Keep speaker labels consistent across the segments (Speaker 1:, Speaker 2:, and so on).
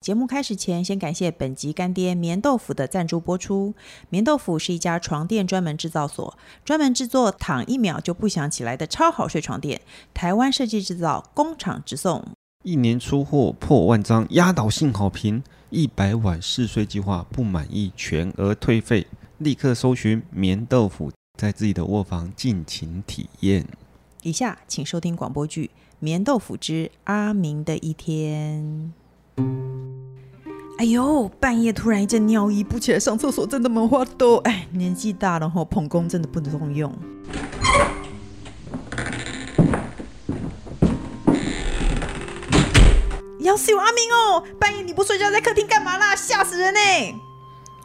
Speaker 1: 节目开始前，先感谢本集干爹棉豆腐的赞助播出。棉豆腐是一家床垫专门制造所，专门制作躺一秒就不想起来的超好睡床垫，台湾设计制造，工厂直送。
Speaker 2: 一年出货破万张，压倒性好评，一百晚试睡计划不满意全额退费，立刻搜寻棉豆腐，在自己的卧房尽情体验。
Speaker 1: 以下请收听广播剧《棉豆腐之阿明的一天》。哎呦，半夜突然一阵尿意，不起来上厕所真的没法度。哎，年纪大了吼，捧工真的不能用。要死有阿明哦！半夜你不睡觉在客厅干嘛啦？吓死人呢、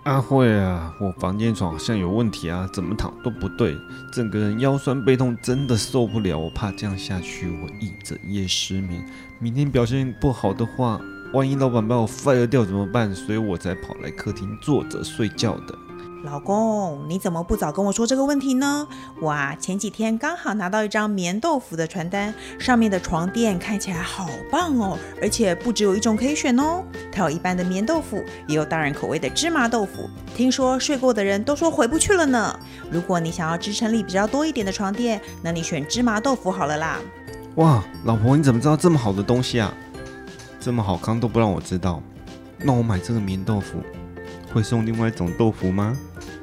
Speaker 2: 阿慧啊，我房间床好像有问题啊，怎么躺都不对，整个人腰酸背痛，真的受不了。我怕这样下去，我一整夜失眠，明天表现不好的话，万一老板把我 fire 掉怎么办？所以我才跑来客厅坐着睡觉的。
Speaker 1: 老公，你怎么不早跟我说这个问题呢？哇，前几天刚好拿到一张棉豆腐的传单，上面的床垫看起来好棒哦，而且不只有一种可以选哦，它有一般的棉豆腐，也有大人口味的芝麻豆腐。听说睡过的人都说回不去了呢。如果你想要支撑力比较多一点的床垫，那你选芝麻豆腐好了啦。
Speaker 2: 哇，老婆，你怎么知道这么好的东西啊？这么好康都不让我知道，那我买这个棉豆腐会送另外一种豆腐吗？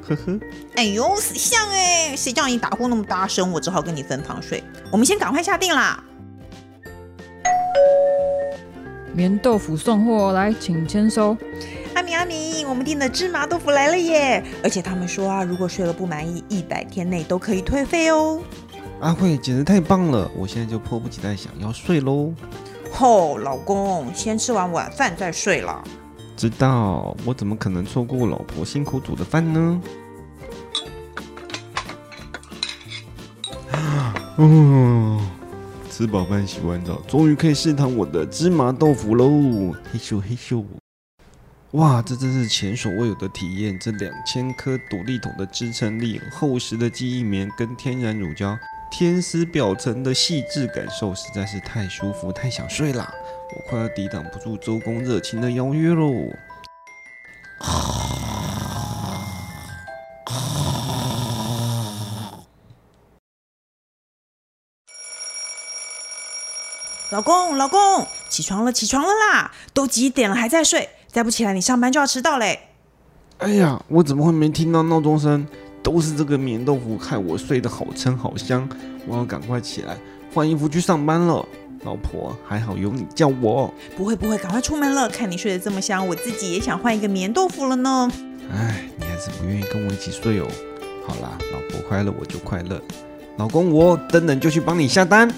Speaker 2: 呵呵，
Speaker 1: 哎呦，死相哎，谁叫你打呼那么大声，我只好跟你分房睡。我们先赶快下定啦。
Speaker 3: 棉豆腐送货哦来，请签收。
Speaker 1: 阿明阿明，我们订的芝麻豆腐来了耶！而且他们说啊，如果睡了不满意，一百天内都可以退费哦。
Speaker 2: 阿慧啊简直太棒了，我现在就迫不及待想要睡喽。
Speaker 1: 吼、老公，先吃完晚饭再睡了。
Speaker 2: 知道我怎么可能错过老婆辛苦煮的饭呢？哦，吃饱饭洗完澡，终于可以试尝我的芝麻豆腐喽！嘿咻嘿咻，哇，这真是前所未有的体验！这两千颗独立桶的支撑力，厚实的记忆棉跟天然乳胶，天丝表层的细致感受，实在是太舒服，太想睡啦！我快要抵挡不住周公热情的邀约喽！
Speaker 1: 老公，老公，起床了，起床了啦！都几点了还在睡？再不起来，你上班就要迟到嘞。
Speaker 2: 哎呀，我怎么会没听到闹钟声？都是这个棉豆腐害我睡得好撑好香，我要赶快起来换衣服去上班了。老婆，还好有你叫我。
Speaker 1: 不会不会，赶快出门了。看你睡得这么香，我自己也想换一个棉豆腐了呢。
Speaker 2: 哎，你还是不愿意跟我一起睡哦。好啦，老婆快乐我就快乐，老公我等等就去帮你下单。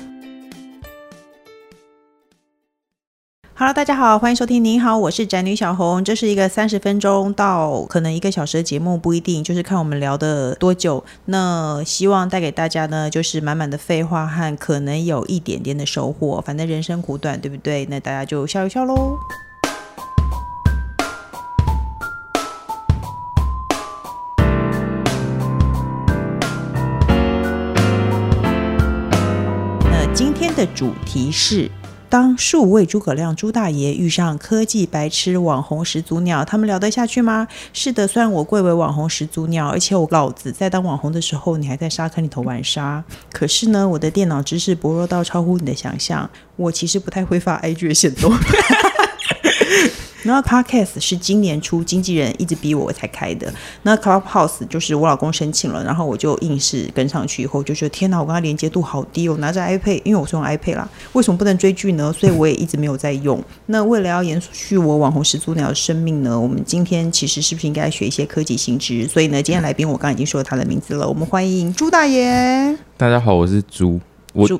Speaker 1: Hello，大家好，欢迎收听。您好，我是宅女小红。这是一个三十分钟到可能一个小时的节目，不一定，就是看我们聊的多久。那希望带给大家呢，就是满满的废话和可能有一点点的收获。反正人生苦短，对不对？那大家就笑一笑喽。那今天的主题是。当数位诸葛亮朱大爷遇上科技白痴网红始祖鸟，他们聊得下去吗？是的，虽然我贵为网红始祖鸟，而且我老子在当网红的时候，你还在沙坑里头玩沙。可是呢，我的电脑知识薄弱到超乎你的想象，我其实不太会发 IG 的线动。 然后 Podcast 是今年初经纪人一直逼我我才开的，那 Clubhouse 就是我老公申请了，然后我就硬是跟上去，以后就觉得天哪，我跟他连接度好低哦。拿着 iPad，因为我是用 iPad 啦，为什么不能追剧呢？所以我也一直没有在用。那为了要延续我网红始祖鸟的生命呢，我们今天其实是不是应该学一些科技新知？所以呢，今天来宾我刚刚已经说了他的名字了，我们欢迎朱大爷。
Speaker 4: 大家好，我是猪。我
Speaker 1: 朱，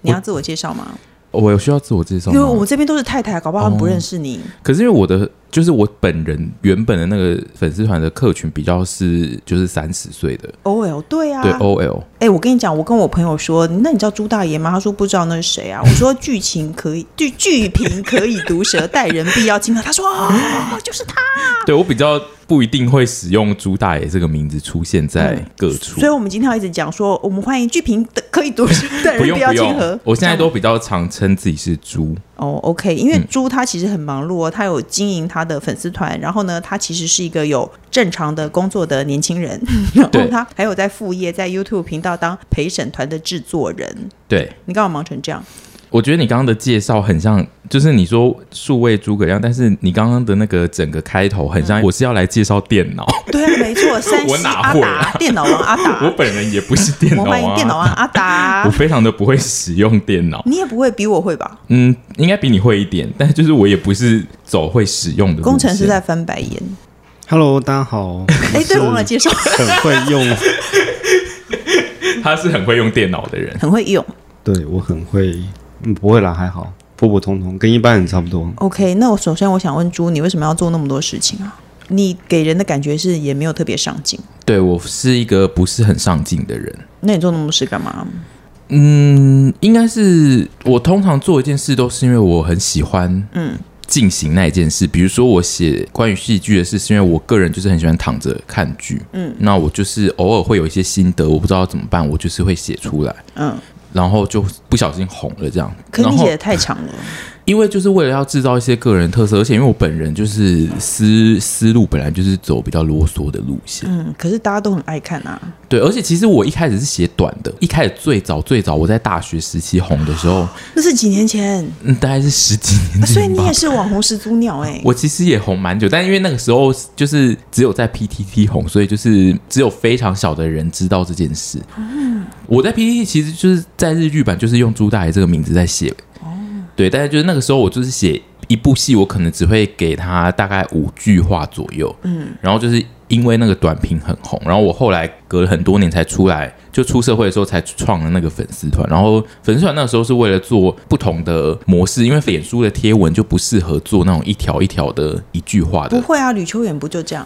Speaker 1: 你要自我介绍吗？
Speaker 4: 我有需要自我介绍
Speaker 1: 因为我
Speaker 4: 吗
Speaker 1: 们？这边都是太太，搞不好他们不认识你。
Speaker 4: 可是因为我的就是我本人原本的那个粉丝团的客群比较是就是三十岁的，
Speaker 1: OL 对啊，
Speaker 4: 对哦 OL，
Speaker 1: 哎、我跟你讲，我跟我朋友说，那你知道朱大爷吗？他说不知道那是谁啊。我说剧情可以，剧剧评可以毒舌，待人必要精啊。他说哦，就是他。
Speaker 4: 对我比较不一定会使用“朱大爷”这个名字出现在各处
Speaker 1: 嗯所以，。我们今天要一直讲说，我们欢迎剧评的可以独处，但
Speaker 4: 不
Speaker 1: 人
Speaker 4: 用
Speaker 1: 要
Speaker 4: 不
Speaker 1: 竞合
Speaker 4: 用。，我现在都比较常称自己是猪，
Speaker 1: 哦，OK，因为
Speaker 4: 嗯
Speaker 1: 猪它其实很忙碌哦，它有经营它的粉丝团，然后呢，它其实是一个有正常的工作的年轻 人，然后
Speaker 4: 对
Speaker 1: 他还有在副业在 YouTube 频道当陪审团的制作人。
Speaker 4: 对。
Speaker 1: 你干嘛忙成这样？
Speaker 4: 我觉得你刚刚的介绍很像，就是你说数位诸葛亮，但是你刚刚的那个整个开头很
Speaker 1: 嗯
Speaker 4: 像，我是要来介绍电脑，
Speaker 1: 对啊，没错，山西
Speaker 4: 我哪
Speaker 1: 阿
Speaker 4: 会
Speaker 1: 达
Speaker 4: 啊
Speaker 1: 电脑王阿
Speaker 4: 我
Speaker 1: 达，
Speaker 4: 本人也不是电
Speaker 1: 我
Speaker 4: 脑
Speaker 1: 欢迎
Speaker 4: 啊，
Speaker 1: 电脑啊王阿
Speaker 4: 我
Speaker 1: 达。
Speaker 4: 非常的不会使用电脑，
Speaker 1: 你也不会比我会吧？
Speaker 4: 嗯，应该比你会一点，但就是我也不是走会使用的路线
Speaker 1: 工程师在翻白眼。
Speaker 5: Hello，大家 好。
Speaker 1: 哎，对，我忘了介绍，
Speaker 5: 很会用，
Speaker 4: 他是很会用电脑的人，
Speaker 1: 很会用。
Speaker 5: 对我很会，嗯，不会啦，还好，普普通通，跟一般人差不多。
Speaker 1: OK，那我首先我想问猪，你为什么要做那么多事情啊？你给人的感觉是也没有特别上进，
Speaker 4: 对我是一个不是很上进的人。
Speaker 1: 那你做那么多事干嘛？
Speaker 4: 嗯，应该是我通常做一件事都是因为我很喜欢，
Speaker 1: 嗯
Speaker 4: 嗯，进行那一件事。比如说我写关于戏剧的事，是因为我个人就是很喜欢躺着看剧，
Speaker 1: 嗯
Speaker 4: 嗯，那我就是偶尔会有一些心得，我不知道怎么办，我就是会写出来，
Speaker 1: 嗯，
Speaker 4: 然后就不小心红了这样。
Speaker 1: 可是
Speaker 4: 然
Speaker 1: 你
Speaker 4: 后
Speaker 1: 写的太长了，
Speaker 4: 因为就是为了要制造一些个人特色，而且因为我本人就是思思路本来就是走比较啰嗦的路线，
Speaker 1: 嗯，可是大家都很爱看啊。
Speaker 4: 对，而且其实我一开始是写短的，一开始最早最早我在大学时期红的时候，
Speaker 1: 那是几年前，啊
Speaker 4: 嗯，大概是十几年前吧、
Speaker 1: 所以你也是网红始祖鸟哎、
Speaker 4: 我其实也红蛮久，但因为那个时候就是只有在 PTT 红，所以就是只有非常少的人知道这件事。
Speaker 1: 嗯
Speaker 4: 我在 PTT 其实就是在日剧版，就是用朱大爷这个名字在写。对，但是就是那个时候我就是写一部戏，我可能只会给他大概五句话左右。嗯，然后就是因为那个短评很红，然后我后来隔了很多年才出来，就出社会的时候才创了那个粉丝团。然后粉丝团那个时候是为了做不同的模式，因为脸书的贴文就不适合做那种一条一条的一句话
Speaker 1: 不
Speaker 4: 的，
Speaker 1: 会啊，吕秋远不就这样？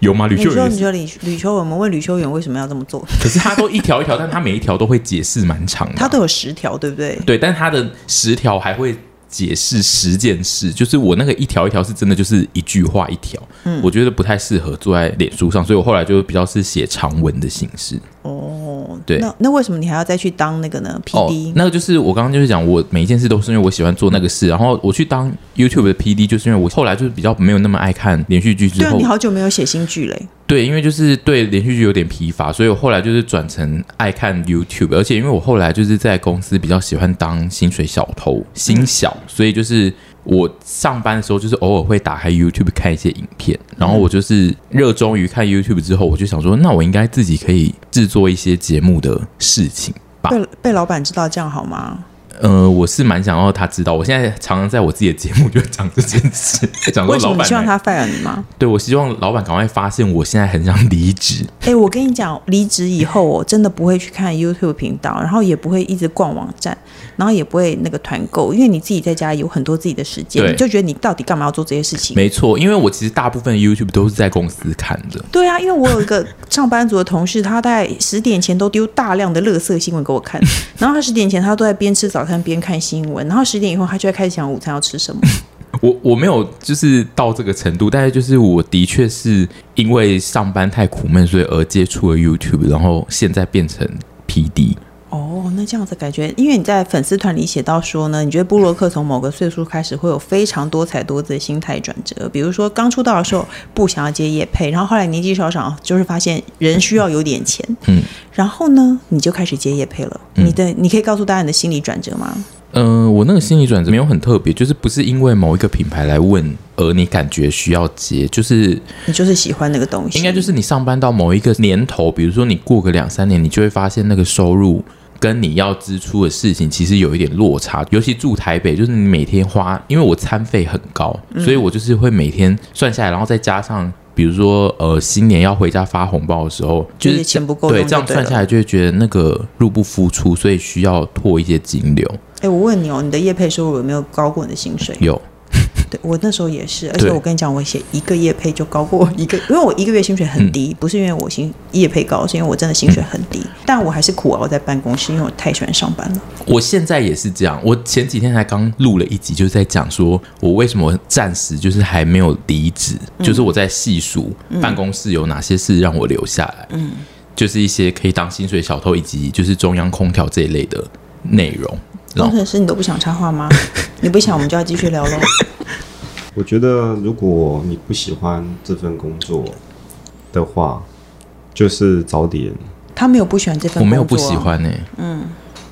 Speaker 4: 有吗？吕
Speaker 1: 你
Speaker 4: 秀
Speaker 1: 说
Speaker 4: 媛也
Speaker 1: 你
Speaker 4: 是，
Speaker 1: 说吕吕秋远，我们问吕秋远为什么要这么做？
Speaker 4: 可是他都一条一条，但他每一条都会解释蛮长的啊。
Speaker 1: 他都有十条，对不对？
Speaker 4: 对，但他的十条还会解释十件事，就是我那个一条一条是真的就是一句话一条，
Speaker 1: 嗯
Speaker 4: 我觉得不太适合坐在脸书上，所以我后来就比较是写长文的形式。
Speaker 1: 哦，
Speaker 4: 对
Speaker 1: 那那为什么你还要再去当那个呢？PD，、
Speaker 4: 哦那个就是我刚刚就是讲，我每一件事都是因为我喜欢做那个事，然后我去当 YouTube 的 PD，就是因为我后来就是比较没有那么爱看连续剧之
Speaker 1: 对啊，
Speaker 4: 后
Speaker 1: 你，好久没有写新剧嘞。
Speaker 4: 对，因为就是对连续剧有点疲乏，所以我后来就是转成爱看 YouTube，而且因为我后来就是在公司比较喜欢当薪水小偷，
Speaker 1: 嗯
Speaker 4: 薪小，所以就是我上班的时候就是偶尔会打开 YouTube 看一些影片，然后我就是热衷于看 YouTube 之后，我就想说，那我应该自己可以制作一些节目的事情。吧。
Speaker 1: 被被老板知道这样好吗？
Speaker 4: 呃，我是蛮想要他知道，我现在常常在我自己的节目就讲这件事，讲说
Speaker 1: 为什
Speaker 4: 老
Speaker 1: 么你
Speaker 4: 板
Speaker 1: 希望他
Speaker 4: 来，
Speaker 1: fire 你吗？
Speaker 4: 对我希望老板赶快发现我现在很想离职，
Speaker 1: 哎、我跟你讲，离职以后我真的不会去看 YouTube 频道，然后也不会一直逛网站，然后也不会那个团购，因为你自己在家有很多自己的时间，
Speaker 4: 对
Speaker 1: 你就觉得你到底干嘛要做这些事情？
Speaker 4: 没错，因为我其实大部分 YouTube 都是在公司看的。
Speaker 1: 对啊，因为我有一个上班族的同事，他在 十点前都丢大量的垃圾新闻给我看，然后他十点前他都在边吃早餐边看新闻，然后十点以后他就会开始想午餐要吃什么。
Speaker 4: 我我没有就是到这个程度，但是就是我的确是因为上班太苦闷，所以而接触了 YouTube，然后现在变成 PD。
Speaker 1: 哦，那这样子感觉，因为你在粉丝团里写到说呢，你觉得布洛克从某个岁数开始会有非常多彩多姿的心态转折，比如说刚出道的时候不想要接业配，然后后来年纪稍长，就是发现人需要有点钱，
Speaker 4: 嗯，
Speaker 1: 然后呢你就开始接业配了。你的你可以告诉大家你的心理转折吗？
Speaker 4: 嗯、我那个心理转折没有很特别，就是不是因为某一个品牌来问，而你感觉需要接，就是
Speaker 1: 你就是喜欢那个东西，
Speaker 4: 应该就是你上班到某一个年头，比如说你过个两三年，你就会发现那个收入跟你要支出的事情其实有一点落差。尤其住台北，就是你每天花，因为我餐费很高，
Speaker 1: 嗯
Speaker 4: 所以我就是会每天算下来，然后再加上。比如说，呃，新年要回家发红包的时候，就
Speaker 1: 就是
Speaker 4: 是
Speaker 1: 钱不够
Speaker 4: 对，
Speaker 1: 用
Speaker 4: 这样
Speaker 1: 就对
Speaker 4: 算
Speaker 1: 了
Speaker 4: 下来就会觉得那个入不敷出，所以需要拓一些金流。
Speaker 1: 哎、我问你哦，你的业配收入有没有高过你的薪水？
Speaker 4: 有，
Speaker 1: 对我那时候也是，而且
Speaker 4: 对
Speaker 1: 我跟你讲，我写一个业配就高过一个，因为我一个月薪水很
Speaker 4: 嗯
Speaker 1: 低，不是因为我薪业配高，是因为我真的薪水很低，但我还是苦熬在办公室，因为我太喜欢上 班了。
Speaker 4: 我现在也是这样。我前几天才刚录了一集，就是在讲说我为什么暂时就是还没有离职，就是我在细数办公室有哪些事让我留下来。嗯，就是一些可以当薪水小偷以及就是中央空调这一类的内容。然
Speaker 1: 工
Speaker 4: 后
Speaker 1: 程师，你都不想插话吗？ 你不想，我们就要继续 聊喽。
Speaker 5: 我觉得如果你不喜欢这份工作的话，就是早点。
Speaker 1: 他没有不喜欢这份
Speaker 4: 我
Speaker 1: 工作，啊
Speaker 4: 没有不喜。欢欸呢、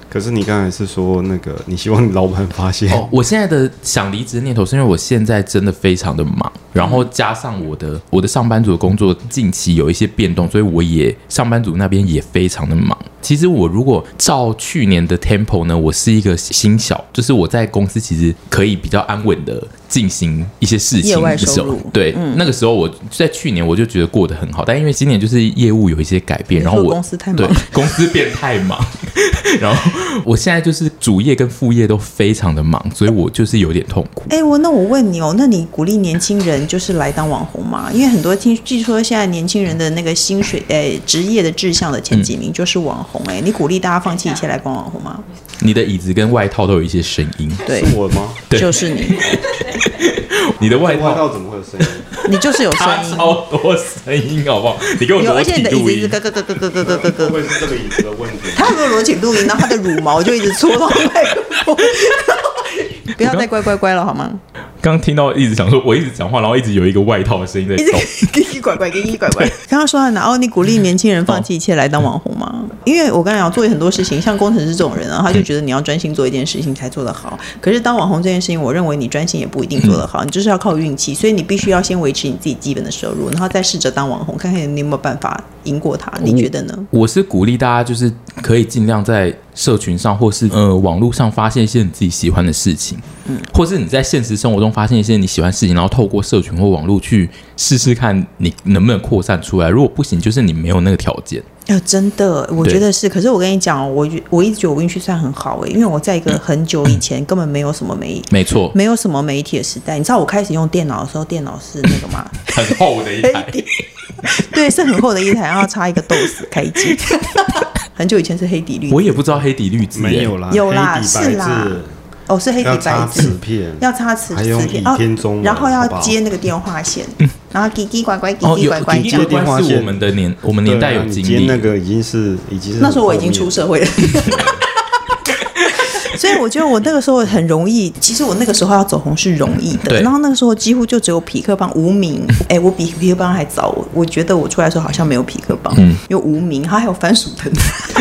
Speaker 5: 可是你刚才是说那个，你希望你老板发现，
Speaker 4: 哦，我现在的想离职的念头是因为我现在真的非常的忙，然后加上我的我的上班族的工作近期有一些变动，所以我也上班族那边也非常的忙。其实我如果照去年的 tempo 呢，我是一个新小，就是我在公司其实可以比较安稳的进行一些事
Speaker 1: 业
Speaker 4: 情
Speaker 1: 外
Speaker 4: 的
Speaker 1: 收
Speaker 4: 时候
Speaker 1: 入，嗯
Speaker 4: 对，那个时候我在去年我就觉得过得很好，但因为今年就是业务有一些改变，
Speaker 1: 你
Speaker 4: 然后
Speaker 1: 说
Speaker 4: 我
Speaker 1: 公司太忙
Speaker 4: 对， 公司变太 忙，然后我现在就是主业跟副业都非常的忙，所以我就是有点痛苦。
Speaker 1: 哎、我那我问你哦，那你鼓励年轻人就是来当网红吗？因为很多听据说现在年轻人的那个薪水，呃、职业的志向的前
Speaker 4: 嗯
Speaker 1: 几名就是网红、哎、你鼓励大家放弃一切来当网红吗？
Speaker 4: 你的椅子跟外套都有一些声音，
Speaker 1: 对，
Speaker 5: 是我吗？
Speaker 4: 对
Speaker 1: 就是你，
Speaker 4: 你的外套
Speaker 5: 外套怎么会有声音？
Speaker 1: 你就是有声
Speaker 4: 它
Speaker 1: 音，
Speaker 4: 超多声音，好不好？你给我
Speaker 1: 有，
Speaker 4: 裸
Speaker 1: 而且
Speaker 4: 体
Speaker 1: 你的椅
Speaker 4: 录
Speaker 1: 子一直
Speaker 4: 音，
Speaker 1: 咯咯咯咯咯咯咯
Speaker 5: 会
Speaker 1: 咯
Speaker 5: 不
Speaker 1: 咯。
Speaker 5: 会是这个椅子的问题？
Speaker 1: 他有没有裸体录音？然后他的乳毛就一直戳到麦克风。不要再乖乖乖了好吗？
Speaker 4: 刚听到一直想说，我一直讲话，然后一直有一个外套的声音在
Speaker 1: 一直
Speaker 4: 动。
Speaker 1: 给你拐拐，给你拐拐。刚刚说到哪？哦，你鼓励年轻人放弃一切来当网红吗？因为我刚才讲做很多事情，像工程师这种人啊，他就觉得你要专心做一件事情才做得好。可是当网红这件事情，我认为你专心也不一定做得好，你就是要靠运气，所以你必须要先维持你自己基本的收入，然后再试着当网红，看看你有没有办法赢过他。你觉得呢？
Speaker 4: 我是鼓励大家，就是可以尽量在社群上或是
Speaker 5: 嗯
Speaker 4: 呃网络上发现一些你自己喜欢的事情，嗯，或是你在现实生活中发现一些你喜欢的事情，然后透过社群或网络去试试看你能不能扩散出来。如果不行，就是你没有那个条件。
Speaker 1: 呃，真的，我
Speaker 4: 对
Speaker 1: 觉得是。可是我跟你讲哦，我觉我一直觉得我运气算很好欸诶、因为我在一个很久以前根本没有什么 媒
Speaker 4: 没错，
Speaker 1: 没有什么媒体的时代。你知道我开始用电脑的时候，电脑是那个吗？
Speaker 4: 很厚的一
Speaker 1: 黑
Speaker 4: 台，
Speaker 1: 底，对，是很厚的一台，然后插一个豆豉开机。 很久以前是黑底绿
Speaker 4: 我也不知道黑底绿字、
Speaker 5: 没
Speaker 4: 欸
Speaker 5: 有啦，
Speaker 1: 有啦
Speaker 5: 黑底白
Speaker 1: 是啦
Speaker 5: 字
Speaker 1: 哦，是黑底
Speaker 5: 要
Speaker 1: 白
Speaker 5: 插
Speaker 1: 字
Speaker 5: 纸，片，
Speaker 1: 要插瓷
Speaker 5: 还用
Speaker 1: 瓷片
Speaker 5: 倚
Speaker 1: 哦，
Speaker 5: 天中文
Speaker 1: 然后
Speaker 5: 好
Speaker 1: 要
Speaker 5: 不好
Speaker 1: 接那个电话线，然后叽叽拐拐，叽
Speaker 4: 嗯哦，
Speaker 1: 叽
Speaker 4: 有
Speaker 1: 拐拐
Speaker 4: 滴
Speaker 1: 这
Speaker 4: 滴
Speaker 1: 样
Speaker 5: 滴。电话
Speaker 4: 关是
Speaker 5: 线
Speaker 4: 我们的年，我们年代有
Speaker 5: 对啊
Speaker 4: 经
Speaker 5: 你今天
Speaker 4: 历。
Speaker 5: 那个已经是已经是
Speaker 1: 那时候我已经出社
Speaker 5: 会，
Speaker 1: 会了。 所以我觉得我那个时候很容易，其实我那个时候要走红是容易的。
Speaker 4: 对
Speaker 1: 然后那个时候几乎就只有匹克帮无名，哎、我比匹克帮还早。我我觉得我出来的时候好像没有匹克帮，有无名，它还有番薯藤。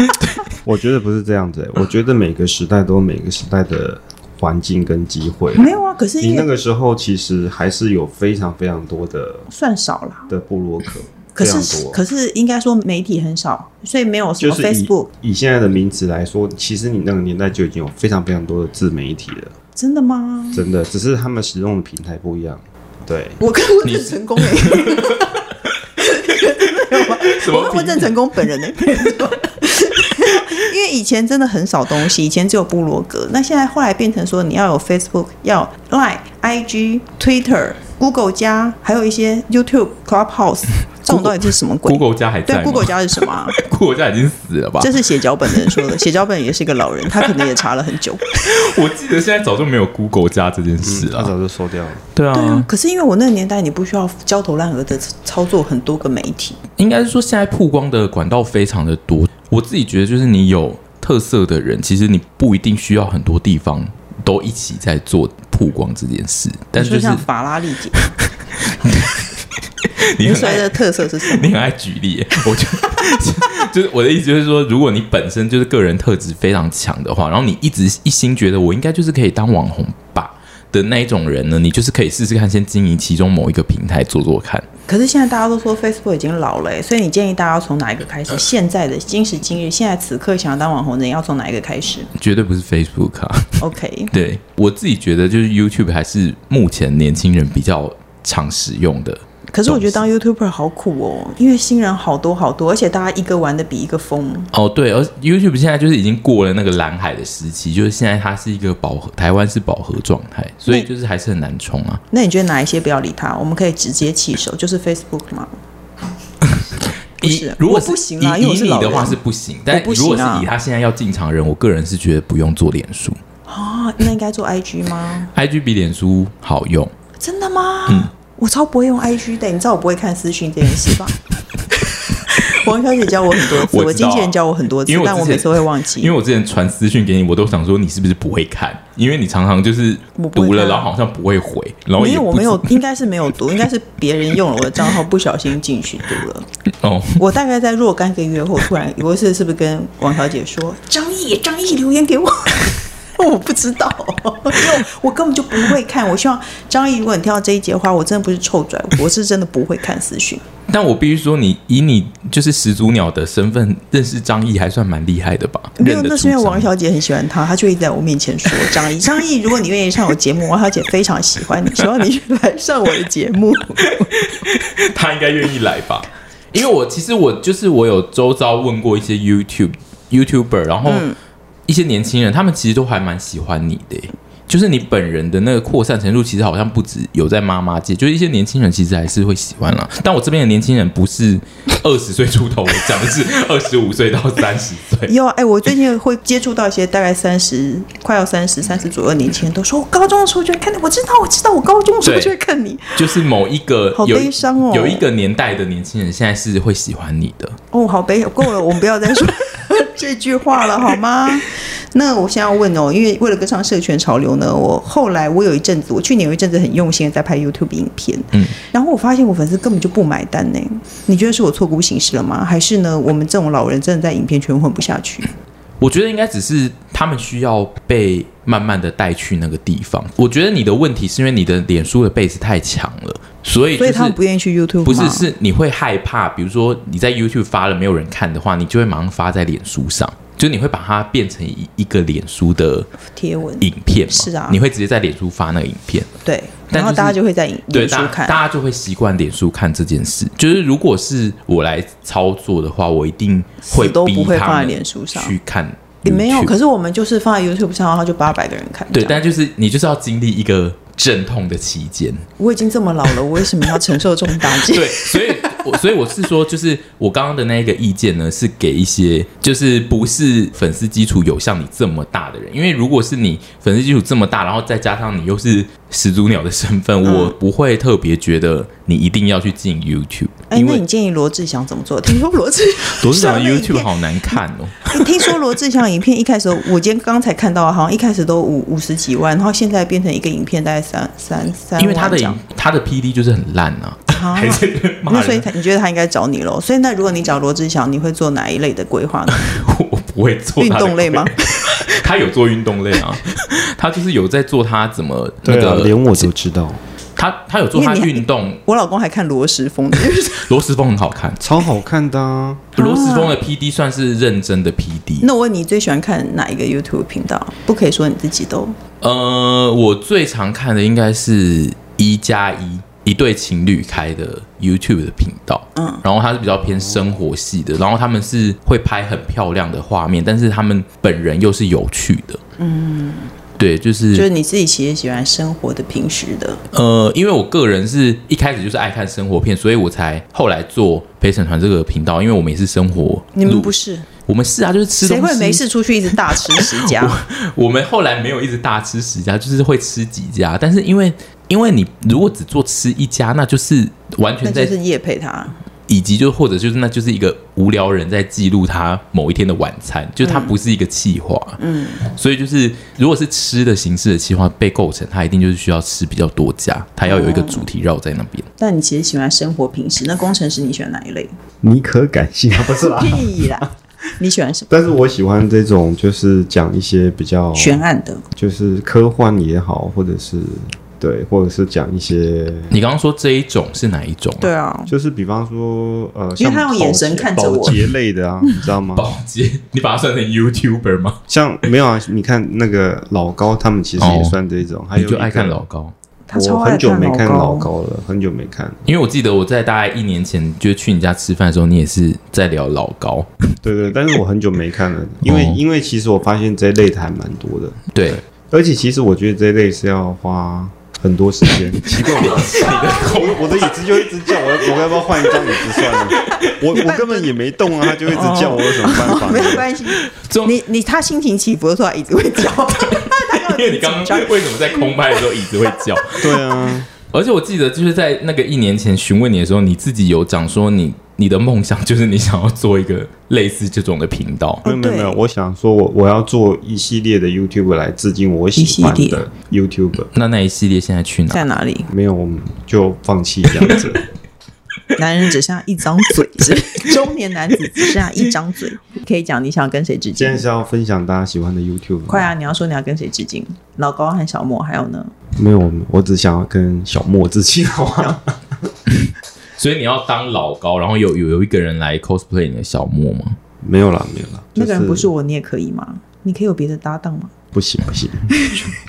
Speaker 5: 我觉得不是这样子、欸，我觉得每个时代都有每个时代的环境跟机会。
Speaker 1: 没有啊，可是
Speaker 5: 你
Speaker 1: 因
Speaker 5: 那
Speaker 1: 为
Speaker 5: 个时候其实还是有非常非常多的
Speaker 1: 算少啦。
Speaker 5: 的部落客，
Speaker 1: 可
Speaker 5: 非常
Speaker 1: 是
Speaker 5: 多。
Speaker 1: 可是应该说媒体很少，所以没有什
Speaker 5: 就
Speaker 1: 么
Speaker 5: 是
Speaker 1: Facebook，、
Speaker 5: 以以现在的名词来说，其实你那个年代就已经有非常非常多的自媒体了，
Speaker 1: 真的吗？
Speaker 5: 真的，只是他们使用的平台不一样。对，
Speaker 1: 我跟温正成功哎、
Speaker 4: 什
Speaker 1: 我跟
Speaker 4: 平
Speaker 1: 温正成功本人哎、 因为以前真的很少东西，以前只有部落格，那现在后来变成说你要有 Facebook，要 Line、IG、Twitter、Google 加，还有一些 YouTube、Clubhouse，这 种到底是什么鬼
Speaker 4: Google 家还在
Speaker 1: 对
Speaker 4: 吗
Speaker 1: ，Google 加是什么啊、
Speaker 4: Google 家已经死了吧？
Speaker 1: 这是写脚本的人 说的，写脚本也是一个老人，他可能也查了很久。
Speaker 4: 我记得现在早就没有 Google 家这件事
Speaker 5: 嗯他
Speaker 4: 了。
Speaker 5: 早就收掉了。
Speaker 4: 对
Speaker 1: 对啊，，可是因为我那个年代，你不需要焦头烂额的操作很多个媒体，
Speaker 4: 应该是说现在曝光的管道非常的多。我自己觉得，就是你有特色的人，其实你不一定需要很多地方都一起在做曝光这件事，但
Speaker 1: 你
Speaker 4: 是就
Speaker 1: 说
Speaker 4: 是
Speaker 1: 像法拉利姐，
Speaker 4: 你
Speaker 1: 你
Speaker 4: 很
Speaker 1: 所谓
Speaker 4: 爱
Speaker 1: 的特色是什么？
Speaker 4: 你很爱举例耶，我就 就是我的意思就是说，如果你本身就是个人特质非常强的话，然后你一直一心觉得我应该就是可以当网红吧的那一种人呢，你就是可以试试看，先经营其中某一个平台做做看。
Speaker 1: 可是现在大家都说 Facebook 已经老了、欸，所以你建议大家要从哪一个开始？现在的今时今日，现在此刻想要当网红的人要从哪一个开始
Speaker 4: 绝对不是 Facebook 啊！
Speaker 1: ？OK，
Speaker 4: 对我自己觉得，就是 YouTube 还是目前年轻人比较常使用的。
Speaker 1: 可是我觉得当 YouTuber 好苦哦，因为新人好多好多，而且大家一个玩的比一个疯。
Speaker 4: 哦，对，而 YouTube 现在就是已经过了那个蓝海的时期，就是现在它是一个饱和，台湾是饱和状态，所以
Speaker 1: 那
Speaker 4: 就是还是很难冲啊。
Speaker 1: 那你觉得哪一些不要理他？我们可以直接弃守，就是 Facebook 吗？不
Speaker 4: 以
Speaker 1: 是
Speaker 4: 如果
Speaker 1: 我
Speaker 4: 是
Speaker 1: 不行啦
Speaker 4: 以
Speaker 1: 因为我
Speaker 4: 以
Speaker 1: 是
Speaker 4: 你
Speaker 1: 老
Speaker 4: 的话
Speaker 1: 人
Speaker 4: 是不行，但
Speaker 1: 不
Speaker 4: 如果是
Speaker 1: 行啊
Speaker 4: 以他现在要进场的人，我个人是觉得不用做脸书
Speaker 1: 啊，那应该做 IG 吗？
Speaker 4: ，IG 比脸书好用。
Speaker 1: 真的吗？我超不会用 IG 的，你知道我不会看私讯这件事吧？黄小姐教我很多次，
Speaker 4: 我
Speaker 1: 我
Speaker 4: 知道
Speaker 1: 经纪人教我很多次
Speaker 4: 因为，我
Speaker 1: 但我
Speaker 4: 之前
Speaker 1: 每次会忘记，
Speaker 4: 因为我之前传私讯给你，我都想说你是不是不会看，因为你常常就是
Speaker 1: 我不会
Speaker 4: 读了，
Speaker 1: 看
Speaker 4: 然后好像不会回，然后
Speaker 1: 没
Speaker 4: 哦也
Speaker 1: 有，我
Speaker 4: 不
Speaker 1: 没有
Speaker 4: 知，
Speaker 1: 应该是没有读，应该是别人用了我的账号，不小心进去读了。
Speaker 4: 哦，
Speaker 1: 我大概在若干个月后，突然有一次是不是跟王小姐说张毅，张毅留言给我。 我不知道， 因为我根本就不会看。我希望张毅，如果你听到这一节的话，我真的不是臭拽，我是真的不会看私讯。
Speaker 4: 但我必须说你，以你就是始祖鸟的身份认识张译，还算蛮厉害的吧？
Speaker 1: 没有，
Speaker 4: 认得
Speaker 1: 那
Speaker 4: 出
Speaker 1: 是因为王
Speaker 4: 张译
Speaker 1: 小姐很喜欢他，她就一直在我面前说张毅，张毅，如果你愿意上我节目，王小姐非常喜欢你，希望你 来上我的节目。
Speaker 4: 他应该愿意来吧？ 因为我其实我就是我有周遭问过一些 YouTube YouTuber，然后
Speaker 1: 嗯
Speaker 4: 一些年轻人，他们其实都还蛮喜欢你的耶、就是你本人的那个扩散程度，其实好像不止有在妈妈界，就是一些年轻人其实还是会喜欢啦。但我这边的年轻人不是二十岁出头，我讲的是二十五岁到三十岁。
Speaker 1: 有啊，哎、我最近会接触到一些大概三十、快要三十、三十左右的年轻人，都说我高中的时候就会看你，我知道，我知道，我高中的时候
Speaker 4: 对
Speaker 1: 就会看你。
Speaker 4: 就是某一个
Speaker 1: 好
Speaker 4: 有
Speaker 1: 悲伤哦
Speaker 4: 有一个年代的年轻人现在是会喜欢你的。
Speaker 1: 哦，好悲，够了，我们不要再说 这句话了，好 吗？那我现在要问哦，因为为了跟上社群潮流呢，我后来我有一阵子，我去年有一阵子很用心的在拍 YouTube 影片，
Speaker 4: 嗯，
Speaker 1: 然后我发现我粉丝根本就不买单呢。你觉得是我错估形势了吗？还是呢，我们这种老人真的在影片圈混不下去？
Speaker 4: 我觉得应该只是他们需要被慢慢的带去那个地方。我觉得你的问题是因为你的脸书的 base 太强了，所以就
Speaker 1: 所以
Speaker 4: 是
Speaker 1: 他们不愿意去 YouTube，
Speaker 4: 不是
Speaker 1: 吗
Speaker 4: 是你会害怕，比如说你在 YouTube 发了没有人看的话，你就会马上发在脸书上，就是你会把它变成一一个脸书的
Speaker 1: 贴文，
Speaker 4: 影片嘛？
Speaker 1: 是啊
Speaker 4: 你会直接在脸书发那个影片。
Speaker 1: 对，
Speaker 4: 但
Speaker 1: 然后
Speaker 4: 就是
Speaker 1: 大家就会在影
Speaker 4: 对，
Speaker 1: 脸书
Speaker 4: 大
Speaker 1: 看。
Speaker 4: 大家就会习惯脸书看这件事。就是如果是我来操作的话，我一定会
Speaker 1: 死都不
Speaker 4: 逼
Speaker 1: 会
Speaker 4: 他
Speaker 1: 放在
Speaker 4: 们
Speaker 1: 脸书上
Speaker 4: 去看。
Speaker 1: 也没有，可是我们就是放在 YouTube 上，然后就八百个人看。
Speaker 4: 对，
Speaker 1: 这样
Speaker 4: 但就是你就是要经历一个阵痛的期 间。
Speaker 1: 我已经这么老了，我为什么要承受这种 打击？
Speaker 4: 对，所以我所以我是说，就是我刚刚的那一个意见呢，是给一些就是不是粉丝基础有像你这么大的人，因为如果是你粉丝基础这么大，然后再加上你又是始祖鸟的身份，我
Speaker 1: 嗯
Speaker 4: 不会特别觉得你一定要去进 YouTube，
Speaker 1: 哎，
Speaker 4: 因
Speaker 1: 那
Speaker 4: 为
Speaker 1: 你建议罗志祥怎么做？听说罗志
Speaker 4: 董事长
Speaker 1: 上
Speaker 4: 的
Speaker 1: 了影
Speaker 4: YouTube
Speaker 1: 片
Speaker 4: 好难看哦。
Speaker 1: 哎 听说罗志祥影片一开始，我今天刚才看到，好像一开始都五五十几万，然后现在变成一个影片大概三三三万这样，
Speaker 4: 因为他的影他的 PD 就是很烂啊，
Speaker 1: 啊
Speaker 4: 还是骂
Speaker 1: 那所以
Speaker 4: 人。
Speaker 1: 他你觉得他应该找你喽？所以那如果你找罗志祥，你会做哪一类的规划呢？
Speaker 4: 我不会做
Speaker 1: 运
Speaker 4: 他的
Speaker 1: 动类吗？
Speaker 4: 他有做运动类啊，他就是有在做他怎么那
Speaker 5: 对啊，
Speaker 4: 个，
Speaker 5: 连我都知道，
Speaker 4: 他他有做
Speaker 1: 因
Speaker 4: 他
Speaker 1: 为你还
Speaker 4: 运动。
Speaker 1: 我老公还看罗时丰的，
Speaker 4: 罗斯峰很好看，
Speaker 5: 超好看的啊！
Speaker 4: 罗斯峰的 PD 算是认真的 PD。
Speaker 1: 那我问你最喜欢看哪一个 YouTube 频道？不可以说你自己都。
Speaker 4: 呃，我最常看的应该是一加一一对情侣开的 YouTube 的频道，嗯，然后它是比较偏生活系的，然后他们是会拍很漂亮的画面，但是他们本人又是有趣的，嗯，对，就是
Speaker 1: 就是你自己其实喜欢生活的、平时的，
Speaker 4: 呃，因为我个人是一开始就是爱看生活片，所以我才后来做陪审团这个频道，因为我们也是生活。
Speaker 1: 你们不，是？
Speaker 4: 我们是啊，就是吃东
Speaker 1: 谁
Speaker 4: 西。
Speaker 1: 会没？事出去一直大吃十家？
Speaker 4: 我们后来没有一直大吃十家，就是会吃几家，但是因为因为你如果只做吃一家，那就是完
Speaker 1: 那
Speaker 4: 全
Speaker 1: 就
Speaker 4: 在
Speaker 1: 是夜配他。
Speaker 4: 以及就或者就是那就是一个无聊人在记录他某一天的晚餐，就是他不是一个企划，嗯，所以就是如果是吃的形式的企划被构成，他一定就是需要吃比较多家，他要有一个主题绕在那边。
Speaker 1: 但你其实喜欢生活平时，那工程师你喜欢哪一 类？
Speaker 5: 你可感性啊，不是 啦
Speaker 1: 屁啦！你喜欢什么？
Speaker 5: 但是我喜欢这种，就是讲一些比较
Speaker 4: 哦
Speaker 1: 悬案的，
Speaker 5: 就是科幻也好，或者是对，或者是讲一些，
Speaker 4: 你刚刚说这一种是哪一种、啊？
Speaker 1: 对啊，
Speaker 5: 就是比方说呃，
Speaker 1: 因为
Speaker 5: 像
Speaker 1: 他用眼神
Speaker 5: 保洁
Speaker 1: 看着我
Speaker 5: 保洁类的啊，你知道 吗？
Speaker 4: 保洁，你把它算成 YouTuber 吗？
Speaker 5: 像没有啊，你看那个老高他们其实也
Speaker 4: 哦
Speaker 5: 算这种，还
Speaker 4: 你
Speaker 5: 有
Speaker 4: 就爱
Speaker 5: 一个
Speaker 4: 看老，高，
Speaker 1: 他超
Speaker 5: 我
Speaker 1: 爱
Speaker 5: 很久没看
Speaker 1: 老
Speaker 5: 老
Speaker 1: 高。
Speaker 5: 高了，很久没看了，
Speaker 4: 因为我记得我在大概一年前，就是去你家吃饭的时候，你也是在聊老高。
Speaker 5: 对对，但是我很久没看
Speaker 4: 哦
Speaker 5: 了，因为因为其实我发现这一类的还蛮多的，
Speaker 4: 对，
Speaker 5: 而且其实我觉得这一类是要花很多时间。 奇怪，我我我的椅子就一直叫我，我要不要换一张椅子算了？我我根本也没动啊，它就一直叫我，有什么办法
Speaker 1: 没有
Speaker 5: 呢？
Speaker 1: 关系，
Speaker 4: 中
Speaker 1: 你你他心情起伏的时候，他椅子会叫。
Speaker 4: 因为你刚刚为什么在空拍的时候椅子会 叫？
Speaker 5: 对啊，
Speaker 4: 而且我记得就是在那个一年前询问你的时候，你自己有讲说你你的梦想就是你想要做一个类似这种的频道。
Speaker 1: 哦
Speaker 5: 没有没有没有，
Speaker 1: 对
Speaker 5: 我想说我我要做一系列的 YouTube 来致敬我喜欢的 YouTube。
Speaker 4: 那那一系列现在去哪？
Speaker 1: 在哪里？
Speaker 5: 没有，我们就放弃这样 子。
Speaker 1: 男人只剩下一张嘴， 中年男子只剩下一张嘴，可以讲你想要跟谁致
Speaker 5: 今
Speaker 1: 敬
Speaker 5: 天？是要分享大家喜欢的 YouTube。
Speaker 1: 快！啊！你要说你要跟谁致敬？老高和小莫，还有呢？
Speaker 5: 没有，我只想要跟小莫致敬好吗？
Speaker 4: 所以你要当老高，然后有有有一个人来 cosplay 你的小莫吗？
Speaker 5: 没有啦，没有啦。
Speaker 1: 那个人
Speaker 5: 就
Speaker 1: 不是我，你也可以吗？你可以有别的搭档吗？
Speaker 5: 不行不行。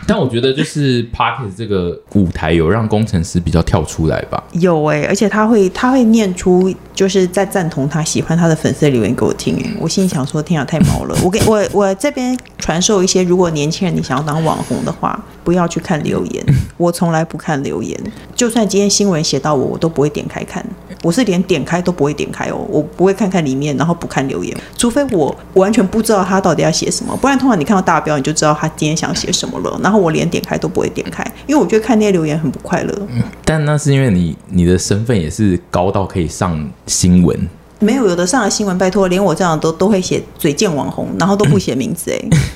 Speaker 4: 但我觉得就是 p a r k e t 这个舞台有让工程师比较跳出来吧。
Speaker 1: 有哎、而且他会他会念出就是在赞同他喜欢他的粉丝的留言给我听哎、我心里想说天啊太毛了，我给 我我这边传授一些，如果年轻人你想要当网红的话，不要去看留言，我从来不看留言，就算今天新闻写到我，我都不会点开看，我是连点开都不会点开哦，我不会看看里面，然后不看留言，除非我完全不知道他到底要写什么，不然通常你看到大标你就知道他今天想写什么了，然后我连点开都不会点开，因为我觉得看那些留言很不快乐。
Speaker 4: 但那是因为你你的身份也是高到可以上新闻，
Speaker 1: 没有，有的上了新闻，拜托，连我这样都都会写嘴贱网红，然后都不写名字哎、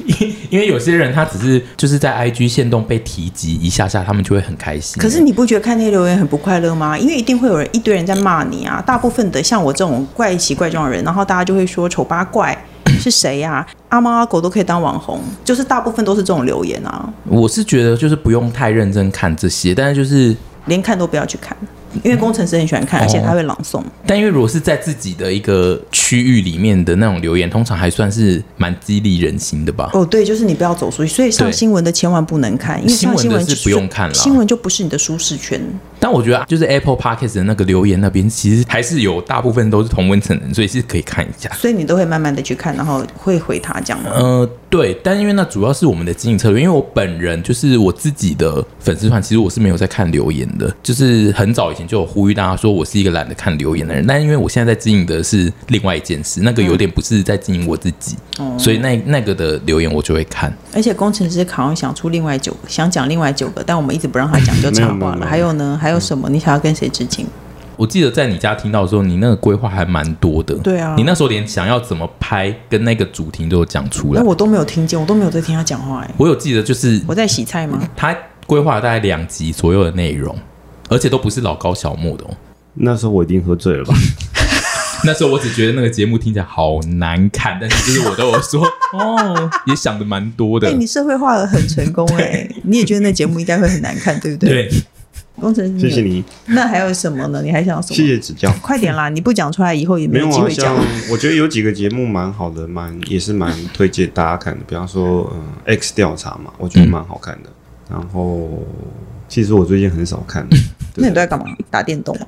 Speaker 4: 因为有些人他只是就是在 IG 线动被提及一下下，他们就会很开心。
Speaker 1: 可是你不觉得看那些留言很不快乐吗？因为一定会有人一堆人在骂你啊，大部分 的像我这种怪奇怪状的人，然后大家就会说丑八怪是谁呀、阿猫阿狗都可以当网红，就是大部分都是这种留言啊，
Speaker 4: 我是觉得就是不用太认真看这些，但是就是
Speaker 1: 连看都不要去看，因为工程师很喜欢
Speaker 4: 哦
Speaker 1: 看，而且他会朗诵。
Speaker 4: 但因为如果是在自己的一个区域里面的那种留言，通常还算是蛮激励人心的吧。
Speaker 1: 哦，对，就是你不要走出去，所以上
Speaker 4: 对
Speaker 1: 新闻的千万不能看，因为上
Speaker 4: 哦新闻
Speaker 1: 闻
Speaker 4: 的是
Speaker 1: 就
Speaker 4: 不用看啦
Speaker 1: 新闻就不是你的舒适圈。
Speaker 4: 但我觉得就是 Apple Podcast 的那个留言那边，其实还是有大部分都是同温层的人，所以是可以看一下。
Speaker 1: 所以你都会慢慢的去看，然后会回他这样吗？
Speaker 4: 呃，对，但因为那主要是我们的经营策略，因为我本人就是我自己的粉丝团，其实我是没有在看留言的，就是很早以前就有呼吁大家说我是一个懒得看留言的人，但因为我现在在经营的是另外一件事，那个有点不是在经营我自己，
Speaker 1: 哦
Speaker 4: 所以那那个的留言我就会看。
Speaker 1: 而且工程师好像想出另外九个，想讲另外九个，但我们一直不让他讲，就
Speaker 5: 没有
Speaker 1: 插
Speaker 5: 没有
Speaker 1: 话
Speaker 5: 没
Speaker 1: 了。
Speaker 5: 有嗯
Speaker 1: 还有呢？还有什么？你想要跟谁致敬？
Speaker 4: 我记得在你家听到的时候，你那个规划还蛮多的。
Speaker 1: 对啊
Speaker 4: 你那时候连想要怎么拍跟那个主题都有讲出来
Speaker 1: 那。我都没有听见，我都没有在听他讲话哎、
Speaker 4: 我有记得，就是
Speaker 1: 我在洗菜吗？
Speaker 5: 嗯
Speaker 4: 他规划了大概两集左右的内容，而且都不是老高小莫的哦。
Speaker 5: 那时候我一定喝 醉了吧？
Speaker 4: 那时候我只觉得那个节目听起来好难看，但是就是我都有说 哦，也想的蛮多
Speaker 1: 哎、
Speaker 4: 的。
Speaker 1: 你社会化的很成功哎、你也觉得那节目应该会很难看，对不对？
Speaker 4: 对，
Speaker 1: 工程师，
Speaker 5: 谢谢。你，
Speaker 1: 那还有什么呢？你还想什么？
Speaker 5: 谢谢指教。
Speaker 1: 快点啦！你不讲出来，以后也没
Speaker 5: 没有
Speaker 1: 机
Speaker 5: 啊，
Speaker 1: 会讲
Speaker 5: 像。我觉得有几个节目蛮好的，蛮也是蛮推荐大家看的，比方说呃 X 调查嘛，我觉得蛮好看的。然后其实我最近很少看，
Speaker 1: 那你都
Speaker 5: 对
Speaker 1: 在干嘛？打电动啊？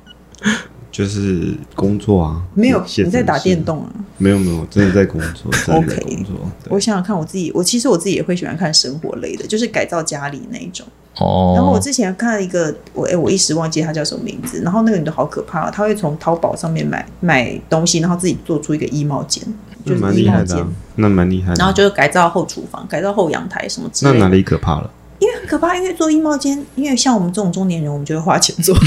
Speaker 5: 就是工作啊，
Speaker 1: 没有，
Speaker 5: 写
Speaker 1: 你在打
Speaker 5: 程式
Speaker 1: 电？动啊？
Speaker 5: 没有没有，真的在工 作，真的在工作。
Speaker 1: 我
Speaker 5: 对
Speaker 1: 想想看，我自己，我其实我自己也会喜欢看生活类的，就是改造家里那一种。
Speaker 4: 哦，
Speaker 1: 然后我之前看了一个，我哎、我一时忘记她叫什么名字。然后那个女的好可怕、啊，她会从淘宝上面买买东西，然后自己做出一个衣帽间，就
Speaker 5: 那
Speaker 1: 是
Speaker 5: 蛮
Speaker 1: 衣
Speaker 5: 厉
Speaker 1: 帽
Speaker 5: 害的
Speaker 1: 间，
Speaker 5: 啊，那蛮厉害的
Speaker 1: 然后
Speaker 5: 啊。
Speaker 1: 就是改造后厨房、改造后阳台什么之
Speaker 5: 那
Speaker 1: 类
Speaker 5: 哪
Speaker 1: 的。
Speaker 5: 里可怕了？
Speaker 1: 因为很可怕，因为做衣帽间，因为像我们这种中年人，我们就会花钱 做。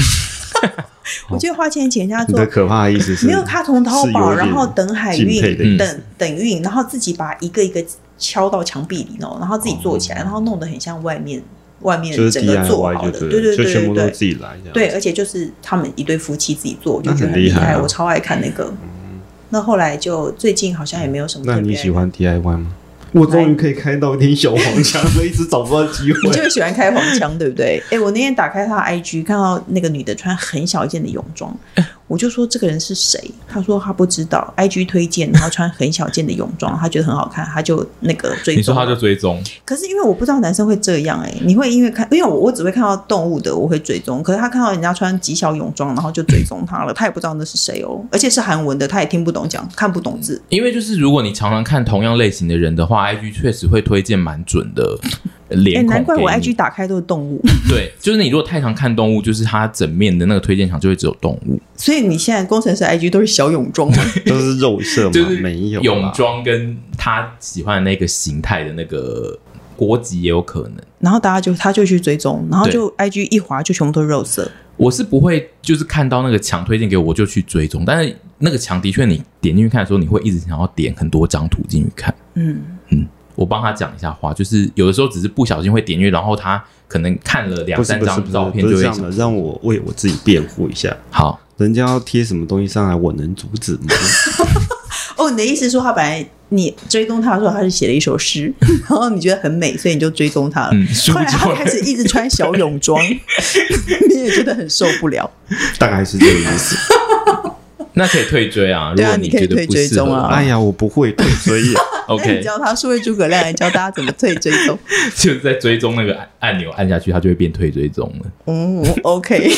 Speaker 1: 我就会花钱请人家
Speaker 5: 你
Speaker 1: 做
Speaker 5: 的，可怕的意思是
Speaker 1: 没有他从淘
Speaker 5: 哦是
Speaker 1: 宝，
Speaker 5: 有点
Speaker 1: 然后等海
Speaker 5: 敬佩的
Speaker 4: 意
Speaker 1: 运、
Speaker 4: 思
Speaker 1: 等等运，然后自己把一个一个敲到墙壁里哦，然后自己做起来，然后弄得很像外面外面
Speaker 5: 就是
Speaker 1: 整个做
Speaker 5: DIY
Speaker 1: 好
Speaker 5: 啊就
Speaker 1: 的，
Speaker 5: 了
Speaker 1: 对对
Speaker 5: 就
Speaker 1: 对
Speaker 5: 全
Speaker 1: 对
Speaker 5: 部都
Speaker 1: 对。
Speaker 5: 自己来这样。
Speaker 1: 对，，而且就是他们一对夫妻自己做，我就
Speaker 5: 那
Speaker 1: 觉得
Speaker 5: 很
Speaker 1: 很
Speaker 5: 厉
Speaker 1: 厉
Speaker 5: 害啊
Speaker 1: 我超爱看那个。
Speaker 4: 嗯
Speaker 1: 那后来就最近好像也没有什么
Speaker 5: 那
Speaker 1: 特别。
Speaker 5: 你 喜？欢 DIY 吗？我终于可以开到一点小黄腔了，一直找不到机会
Speaker 1: 你。就是喜欢开黄腔，对不对？哎、我那天打开他的 IG，看到那个女的穿很小一件的泳装，我就说这个人是谁？她说她不知道，IG 推荐，然后穿很小件的泳装，她觉得很好看，她就那个追
Speaker 4: 你说
Speaker 1: 踪
Speaker 4: 他
Speaker 1: 了。
Speaker 4: 就追踪，
Speaker 1: 可是因为我不知道男生会这样哎、你会因为看，因为我我只会看到动物的，我会追踪。可是他看到人家穿极小泳装，然后就追踪他了，他也不知道那是谁哦，而且是韩文的，他也听不懂讲，看不懂字。
Speaker 4: 因为就是如果你常常看同样类型的人的话，IG 确实会推荐蛮准的
Speaker 1: 哎、
Speaker 4: 脸孔。
Speaker 1: 难怪我 IG 打开都是动物。
Speaker 4: 对，就是你如果太常看动物，就是它整面的那个推荐墙就会只有动物，
Speaker 1: 所以你现在工程师 IG 都是小泳装吗？
Speaker 5: 都是肉色
Speaker 4: 就
Speaker 5: 吗？
Speaker 4: 是
Speaker 5: 没有啦
Speaker 4: 泳装跟他喜欢的那个形态的那个国籍也有可能。
Speaker 1: 然后大家就他就去追踪，然后就 IG 一滑就全部都是肉色。
Speaker 4: 我是不会就是看到那个墙推荐给我我就去追踪，但是那个墙的确你点进去看的时候，你会一直想要点很多张图进去看。
Speaker 1: 嗯，
Speaker 4: 我帮他讲一下话，就是有的时候只是不小心会点进去，然后他可能看了两
Speaker 5: 不是
Speaker 4: 三
Speaker 5: 不是
Speaker 4: 张
Speaker 5: 不
Speaker 4: 照
Speaker 5: 是
Speaker 4: 片
Speaker 5: 不
Speaker 4: 就是
Speaker 5: 这
Speaker 4: 会
Speaker 5: 样
Speaker 4: 想
Speaker 5: 的，让我为我自己辩护一下。
Speaker 4: 好，
Speaker 5: 人家要贴什么东西上来，我能阻止 吗？
Speaker 1: 哦，你的意思是说他本来你追踪他的时候，他是写了一首诗， 然后你觉得很美，所以你就追踪他了。
Speaker 4: 嗯， 殊
Speaker 1: 后
Speaker 4: 不
Speaker 1: 来
Speaker 4: 知
Speaker 1: 他开始一直穿小泳 装，你也觉得很受不了。
Speaker 5: 大概是这个意思。
Speaker 4: 那可以退追啊，如
Speaker 1: 对啊
Speaker 4: 果
Speaker 1: 你可
Speaker 4: 觉
Speaker 1: 以
Speaker 4: 得不
Speaker 1: 退追
Speaker 4: 适
Speaker 1: 踪
Speaker 4: 合
Speaker 1: 啊
Speaker 4: 哎
Speaker 5: 哎呀，我不会，所以
Speaker 1: 那
Speaker 4: ，OK，
Speaker 1: 你教他数位诸葛亮来教大家怎么退追踪。
Speaker 4: 就是在追踪那个按按钮按下去，它就会变退追踪了。
Speaker 1: 嗯，OK，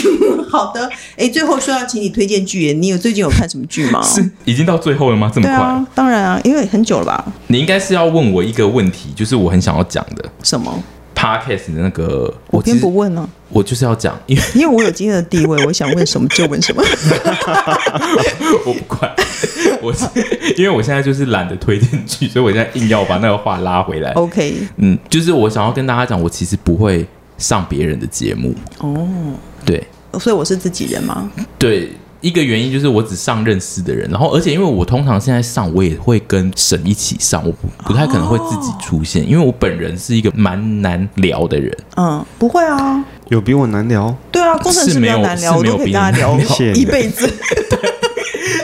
Speaker 1: 好 的。哎，最后说要请你推荐剧耶，你有最近有看什么剧吗？
Speaker 4: 是已经到最后了吗？这么
Speaker 1: 哦对
Speaker 4: 快？
Speaker 1: 啊，当然啊，因为很久了吧？
Speaker 4: 你应该是要问我一个问题，就是我很想要讲的
Speaker 1: 什么？
Speaker 4: podcast 的那个，
Speaker 1: 我
Speaker 4: 我其
Speaker 1: 偏
Speaker 4: 实
Speaker 1: 不问呢、
Speaker 4: 我就是要讲，因为
Speaker 1: 因为我有今天的地位，我想问什么就问什么。
Speaker 4: 我不管， 我是因为我现在就是懒得推进去，所以我现在硬要把那个话拉回来。
Speaker 1: OK，
Speaker 4: 嗯，就是我想要跟大家讲，我其实不会上别人的节目。
Speaker 1: 哦，
Speaker 4: 对
Speaker 1: 所以我是自己人吗？
Speaker 4: 对，一个原因就是我只上认识的人，然后而且因为我通常现在上，我也会跟神一起上，我不不太可能会自己出现，因为我本人是一个蛮难聊的人。
Speaker 1: 嗯，不会啊。
Speaker 5: 有比我难聊。
Speaker 1: 对啊，工程师
Speaker 4: 是
Speaker 1: 比
Speaker 4: 没有
Speaker 1: 较难聊，我
Speaker 4: 是没有
Speaker 1: 都可以跟他
Speaker 4: 比你
Speaker 1: 聊
Speaker 4: 难
Speaker 5: 聊
Speaker 1: 一辈子。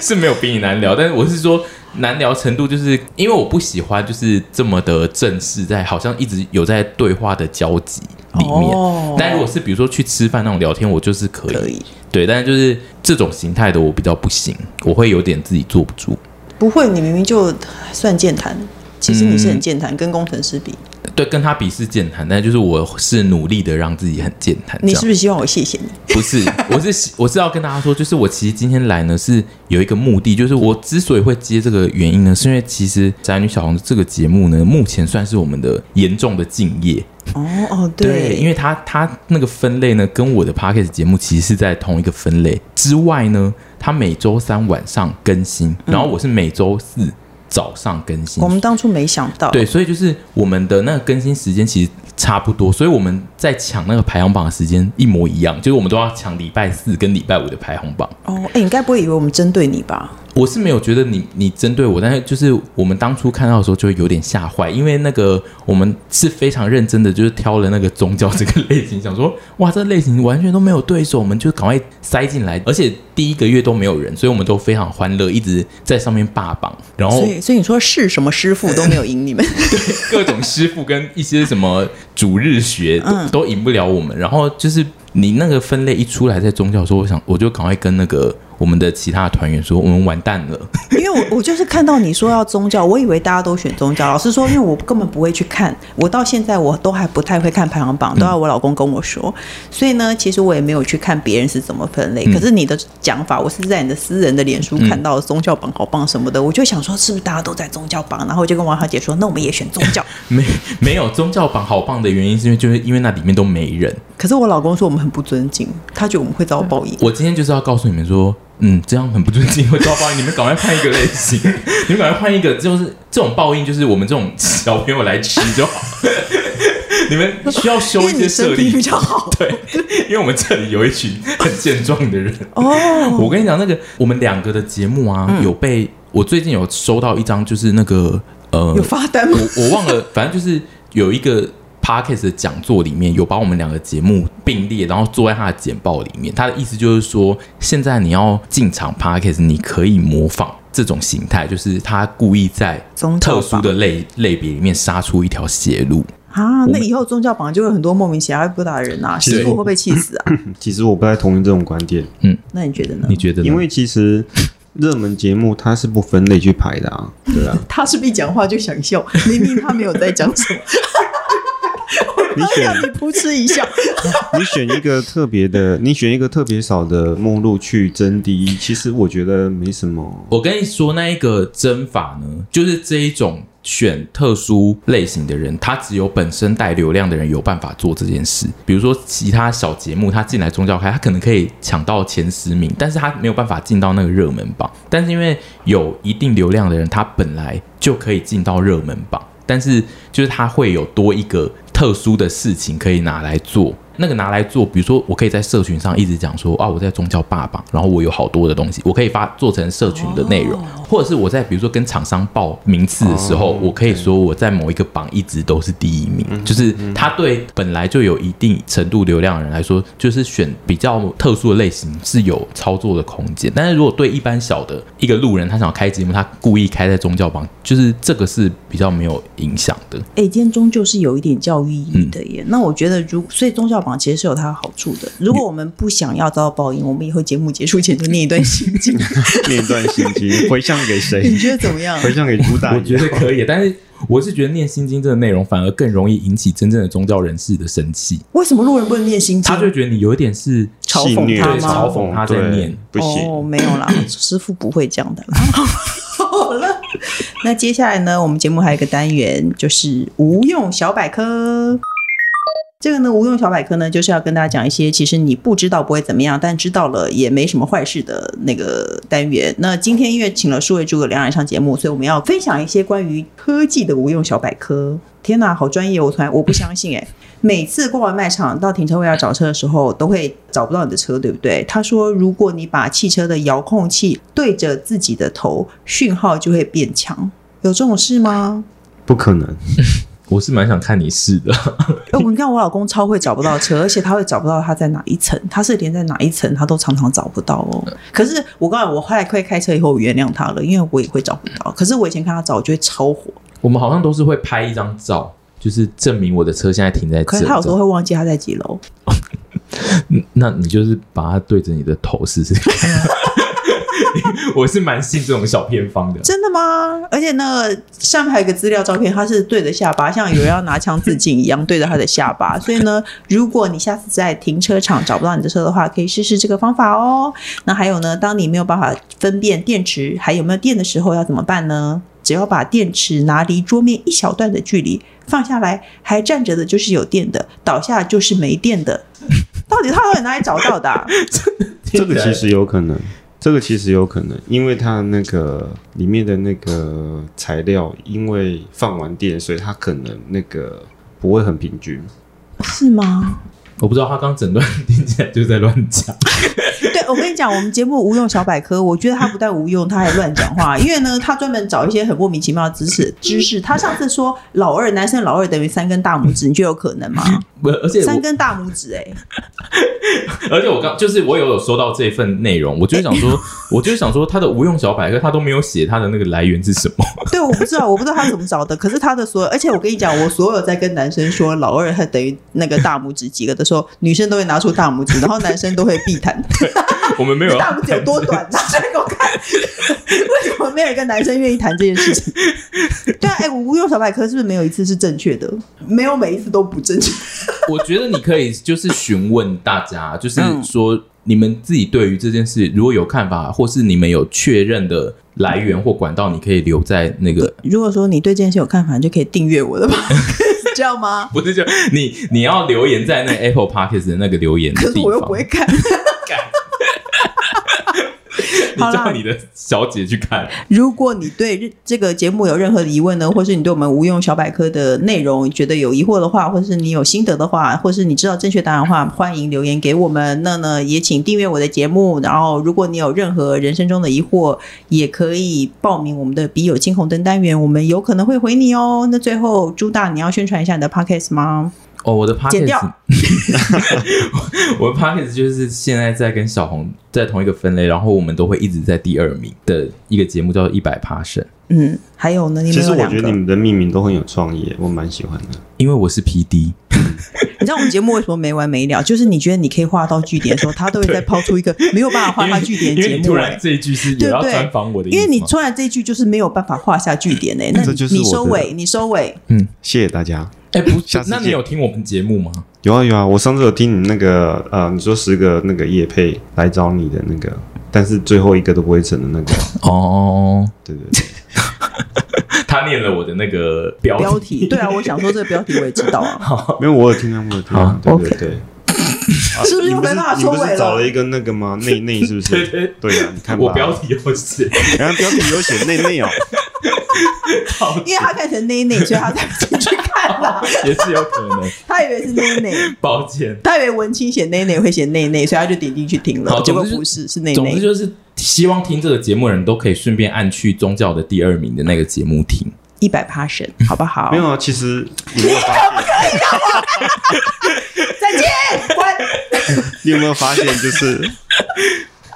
Speaker 4: 是没有比你难聊，但是我是说难聊程度，就是因为我不喜欢就是这么的正式，在好像一直有在对话的交集里面。
Speaker 1: 哦
Speaker 4: 但如果是比如说去吃饭那种聊天，我就是可以，
Speaker 1: 可以，
Speaker 4: 对，但是就是这种形态的我比较不行，我会有点自己坐不住。
Speaker 1: 不会，你明明就算健谈，其实你是很
Speaker 4: 嗯
Speaker 1: 健谈，跟工程师比，
Speaker 4: 对，跟他比是健谈，但就是我是努力的让自己很健谈。这
Speaker 1: 你
Speaker 4: 样
Speaker 1: 是不是希望我谢谢你？
Speaker 4: 不是，我是我是要跟大家说，就是我其实今天来呢是有一个目的，就是我之所以会接这个原因呢，是因为其实《宅女小红》这个节目呢，目前算是我们的严重的敬业。
Speaker 1: 哦哦，
Speaker 4: 因为它它那个分类呢，跟我的 p o d c a s t 节目其实是在同一个分类之外呢，它每周三晚上更新，然后我是每周四早上更新，
Speaker 1: 嗯我们当初没想到，
Speaker 4: 对，所以就是我们的那个更新时间其实差不多，所以我们在抢那个排行榜的时间一模一样，就是我们都要抢礼拜四跟礼拜五的排行榜。
Speaker 1: 哦，哎、你该不会以为我们针对你吧？
Speaker 4: 我是没有觉得你你针对我，但是就是我们当初看到的时候就会有点吓坏，因为那个我们是非常认真的，就是挑了那个宗教这个类型，想说哇这类型完全都没有对手，我们就赶快塞进来，而且第一个月都没有人，所以我们都非常欢乐，一直在上面霸榜，然后
Speaker 1: 所以，所以你说是什么师 傅都没有赢你们，
Speaker 4: 各种师傅跟一些什么主日学都,、
Speaker 1: 嗯
Speaker 4: 都赢不了我们。然后就是你那个分类一出来，在宗教的时候，我想我就赶快跟那个我们的其他团员说，我们完蛋了。
Speaker 1: 因为我我就是看到你说要宗教，我以为大家都选宗教。老实说，因为我根本不会去看，我到现在我都还不太会看排行榜，都
Speaker 4: 嗯
Speaker 1: 要我老公跟我说。所以呢，其实我也没有去看别人是怎么分类。
Speaker 4: 嗯
Speaker 1: 可是你的讲法，我是在你的私人的脸书看到宗教榜好棒什么的，我就想说是不是大家都在宗教榜？然后我就跟王小姐说，那我们也选宗 教。
Speaker 4: 没没有宗教榜好棒的原因，是因为就是因为那里面都没人。
Speaker 1: 可是我老公说我们很不尊敬，他觉得我们会遭报应。
Speaker 4: 嗯我今天就是要告诉你们说，嗯，这样很不尊敬，会遭报应。你们赶快换一个类型， 你们赶快换一个，就是这种报应，就是我们这种小朋友来吃就好。 你们需要
Speaker 1: 因
Speaker 4: 修
Speaker 1: 为
Speaker 4: 一
Speaker 1: 你
Speaker 4: 些
Speaker 1: 身
Speaker 4: 设
Speaker 1: 体
Speaker 4: 立
Speaker 1: 比较好
Speaker 4: 对，因为我们这里有一群很健壮的人。
Speaker 1: 哦，
Speaker 4: 我跟你讲，那个我们两个的节目啊，有被我最近有收到一张，就是那个呃，
Speaker 1: 有发单吗？
Speaker 4: 我我忘了，反正就是有一个 podcast 的讲座里面有把我们两个节目并列，然后做在他的简报里面。他的意思就是说，现在你要进场 podcast，你可以模仿这种形态，就是他故意在
Speaker 1: 宗教
Speaker 4: 特
Speaker 1: 榜
Speaker 4: 殊的类类别里面杀出一条血路。
Speaker 1: 啊，那
Speaker 4: 们
Speaker 1: 以后宗教榜就有很多莫名其妙不打的人啊，
Speaker 5: 其实
Speaker 1: 师傅
Speaker 5: 我
Speaker 1: 会被气死啊？
Speaker 5: 其实我不太同意这种观点，
Speaker 1: 那你觉得呢
Speaker 4: 你？觉得呢？
Speaker 5: 因为其实热门节目它是不分类去排的啊。对啊，
Speaker 1: 他是不是一讲话就想笑？ 明明他没有在讲什么，
Speaker 5: 你选
Speaker 1: 让你扑哧一笑。
Speaker 5: 你选一个特别的，你选一个特别少的目录去争第一，其实我觉得没什么。
Speaker 4: 我跟你说，那一个针法呢，就是这一种选特殊类型的人，他只有本身带流量的人有办法做这件事。比如说其他小节目，他进来宗教开，他可能可以抢到前十名，但是他没有办法进到那个热门榜。但是因为有一定流量的人，他本来就可以进到热门榜，但是就是他会有多一个特殊的事情可以拿来做。那个拿来做，比如说我可以在社群上一直讲说啊，我在宗教爸爸，然后我有好多的东西，我可以发做成社群的内容，或者是我在比如说跟厂商报名次的时候，
Speaker 5: 哦
Speaker 4: 我可以说我在某一个榜一直都是第一名，就是他对本来就有一定程度流量的人来说，就是选比较特殊的类型是有操作的空间。但是如果对一般小的一个路人，他想开节目，他故意开在宗教榜，就是这个是比较没有影响的。
Speaker 1: 哎、今天终究是有一点教育意义的耶。那我觉得如，所以宗教榜其实是有它的好处的。如果我们不想要遭到报应，我们以后节目结束前就念一段心经，
Speaker 5: 念一段心 经，回向给谁
Speaker 1: 你？觉得怎么样？
Speaker 5: 回向给朱大爷。
Speaker 4: 我觉得可以，但是我是觉得念心经这个内容反而更容易引起真正的宗教人士的生气，
Speaker 1: 为什么路人不能念心经？
Speaker 4: 他就会觉得你有一点是
Speaker 1: 嘲
Speaker 5: 戏
Speaker 1: 讽
Speaker 5: 虐
Speaker 1: 他
Speaker 4: 对
Speaker 1: 吗？
Speaker 4: 嘲讽他在
Speaker 5: 对
Speaker 4: 念
Speaker 5: 不行。
Speaker 1: 哦，没有啦，师傅不会这样的啦。好了，那接下来呢，我们节目还有一个单元就是无用小百科。这个呢，无用小百科呢，就是要跟大家讲一些其实你不知道不会怎么样，但知道了也没什么坏事的那个单元。那今天因为请了数位诸葛亮来上节目，所以我们要分享一些关于科技的无用小百科。天哪，好专业哦！我突然我不相信哎、每次逛完卖场到停车位要找车的时候，都会找不到你的车，对不对？他说，如果你把汽车的遥控器对着自己的头，讯号就会变强。有这种事吗？
Speaker 5: 不可能，
Speaker 4: 我是蛮想看你试的，
Speaker 1: 哎、我你看我老公超会找不到 车，而且他会找不到他在哪一层，他是连在哪一层他都常常找不到哦。可是我告诉你，我后来会开车以后，我原谅他了，因为我也会找不到。可是我以前看他找，我就会超火。
Speaker 4: 我们好像都是会拍一张照。就是证明我的车现在停在
Speaker 1: 可
Speaker 4: 这
Speaker 1: 是他有啊时候
Speaker 4: 里，
Speaker 1: 会忘记他在几楼。
Speaker 4: 那你就是把它对着你的头试试看。 我是蛮信这种小偏方的，
Speaker 1: 真的吗？而且那个上面还有一个资料照片，他是对着下巴，像有人要拿枪自尽一样 对着他的下巴。所以呢，如果你下次在停车场找不到你的车的话，可以试试这个方法哦。那还有呢，当你没有办法分辨电池还有没有电的时候，要怎么办呢？只要把电池拿离桌面一小段的距离，放下来还站着的就是有电的，倒下就是没电的。 到底他到底哪里找到的啊、
Speaker 5: 这个其实有可能，这个其实有可能，因为它那个里面的那个材料，因为放完电，所以它可能那个不会很平均。
Speaker 1: 是吗？
Speaker 4: 我不知道他刚整段 听起来就在乱讲。
Speaker 1: 对，我跟你讲，我们节目无用小百科，我觉得他不但无用，他还乱讲话。因为呢，他专门找一些很莫名其妙的知识知识。他上次说老二，男生老二等于三根大拇指，你觉得有可能吗？
Speaker 4: 不，而且
Speaker 1: 三
Speaker 4: 我，
Speaker 1: 根大拇指、欸，哎，
Speaker 4: 而且我刚就是我有有收到这份内容，我就是想
Speaker 1: 哎
Speaker 4: 说， 我就是想说他的无用小百科，他都没有写他的那个来源是什 么。
Speaker 1: 对，我不知道，我不知道他怎么找的。可是他的所有，而且我跟你讲，我所有在跟男生说老二他等于那个大拇指几个的时候，女生都会拿出大拇指，然后男生都会避谈。
Speaker 4: 我们没有要啊
Speaker 1: 大拇指有多短？拿出来给我看。为什么没有一个男生愿意谈这件事 情？对啊，哎、我无用小百科是不是没有一次是正确的？没有每一次都不正确。
Speaker 4: 我觉得你可以就是询问大家，就是说你们自己对于这件事如果有看法，或是你们有确认的来源或管道，你可以留在 那个。
Speaker 1: 如果说你对这件事有看法，你就可以订阅我的吧， 知道吗？
Speaker 4: 不是就 你你要留言在那个 Apple Podcast 的那个留言的
Speaker 1: 可是
Speaker 4: 地
Speaker 1: 我又
Speaker 4: 方
Speaker 1: 不，会看。
Speaker 4: 你
Speaker 1: 好啦
Speaker 4: 叫你的小姐去看。
Speaker 1: 如果你对这个节目有任何的疑问呢，或是你对我们无用小百科的内容觉得有疑惑的话，或是你有心得的话，或是你知道正确答案的话，欢迎留言给我们。那呢，也请订阅我的节目。然后，如果你有任何人生中的疑惑，也可以报名我们的“笔友金红灯”单元，我们有可能会回你哦。那最后，朱大，你要宣传一下你的 podcast 吗？
Speaker 4: 哦，我的
Speaker 1: 剪
Speaker 4: Podcast，
Speaker 1: 掉
Speaker 4: 我的 Podcast 就是现在在跟小红在同一个分类，然后我们都会一直在第二名的一个节目叫做《一百 p a s s i o
Speaker 1: 嗯，还有呢，你
Speaker 5: 其
Speaker 1: 们
Speaker 5: 实
Speaker 1: 有
Speaker 5: 我
Speaker 1: 两
Speaker 5: 觉
Speaker 1: 个。
Speaker 5: 得你们的命名都很有创意，我蛮喜欢的。
Speaker 4: 因为我 是 PD，
Speaker 1: 你知道我们节目为什么没完没了？就是你觉得你可以画到据点的时候，他都会再 抛出一个没有办法画到据点的
Speaker 4: 因
Speaker 1: 节
Speaker 4: 为你
Speaker 1: 目、
Speaker 4: 突
Speaker 1: 欸。
Speaker 4: 然这一句是
Speaker 1: 对
Speaker 4: 有要
Speaker 1: 对
Speaker 4: 专访我的意思
Speaker 1: 因
Speaker 4: 吗，
Speaker 1: 为你突然这一句就是没有办法画下句 点诶、那
Speaker 5: 这
Speaker 1: 你
Speaker 5: 就是
Speaker 1: 你
Speaker 5: 我
Speaker 1: 收
Speaker 5: 的
Speaker 1: 尾，你收尾，
Speaker 5: 谢谢大家。
Speaker 4: 哎、不是
Speaker 5: 下，次
Speaker 4: 那你
Speaker 5: 见
Speaker 4: 有听我们节目吗？
Speaker 5: 有啊有啊，我上次有听你那个呃，你说十个那个叶配来找你的那个，但是最后一个都不会成的那个，
Speaker 4: 哦，
Speaker 5: 对对对，
Speaker 4: 他念了我的那个标
Speaker 1: 标 题，对啊，我想说这个标题我也知道啊，
Speaker 5: 没有我有听到，我有听
Speaker 4: 好
Speaker 5: 到，对
Speaker 1: OK
Speaker 5: 对对。
Speaker 1: 是不是
Speaker 5: 你
Speaker 1: 又
Speaker 5: 不
Speaker 1: 没
Speaker 5: 是
Speaker 1: 办法
Speaker 5: 你
Speaker 1: 收
Speaker 5: 不
Speaker 1: 尾
Speaker 5: 是找了
Speaker 1: 了？
Speaker 5: 一个那个吗？内内是不是？
Speaker 4: 对对
Speaker 5: 对啊，你看吧，
Speaker 4: 我标题有写，
Speaker 5: 然后标题有写内内哦，
Speaker 1: 因为他看成内内，所以他才进去看吧？
Speaker 4: 也是有可能。
Speaker 1: 他以为是内内，
Speaker 4: 抱 歉，
Speaker 1: 他以为文青写内内会写内内，所以他就点进去听了
Speaker 4: 好，
Speaker 1: 结果
Speaker 4: 总之就
Speaker 1: 不是，是内
Speaker 4: 总之
Speaker 1: 内。
Speaker 4: 就是希望听这个节目的人都可以顺便按去宗教的第二名的那个节目听。
Speaker 1: 一百 p a s 好不好？
Speaker 5: 没有啊，其实你有没有发现？
Speaker 1: 再见，关。
Speaker 5: 你有没有发现就是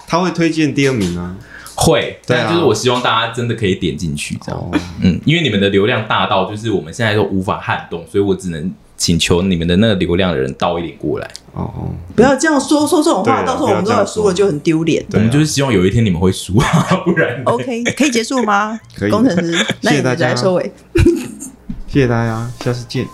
Speaker 5: 他会推荐第二名啊？
Speaker 4: 会，
Speaker 5: 对啊
Speaker 4: 但就是我希望大家真的可以点进去，这样，
Speaker 5: 哦，
Speaker 4: 嗯，因为你们的流量大到就是我们现在都无法撼动，所以我只能请求你们的那个流量的人倒一点过来。
Speaker 5: 哦哦，
Speaker 1: 不要这样说说这种
Speaker 5: 对
Speaker 1: 话，
Speaker 5: 啊
Speaker 1: 到时候我们
Speaker 5: 不
Speaker 1: 如
Speaker 5: 要这样
Speaker 1: 果输了就很丢脸。
Speaker 4: 我
Speaker 5: 对啊
Speaker 4: 们就是希望有一天你们会输， 不然
Speaker 1: OK，可以结束吗？
Speaker 5: 可以
Speaker 1: 工程师，那
Speaker 5: 谢谢
Speaker 1: 你
Speaker 5: 大
Speaker 1: 们
Speaker 5: 家
Speaker 1: 来收尾。
Speaker 5: 谢谢大家，下次见。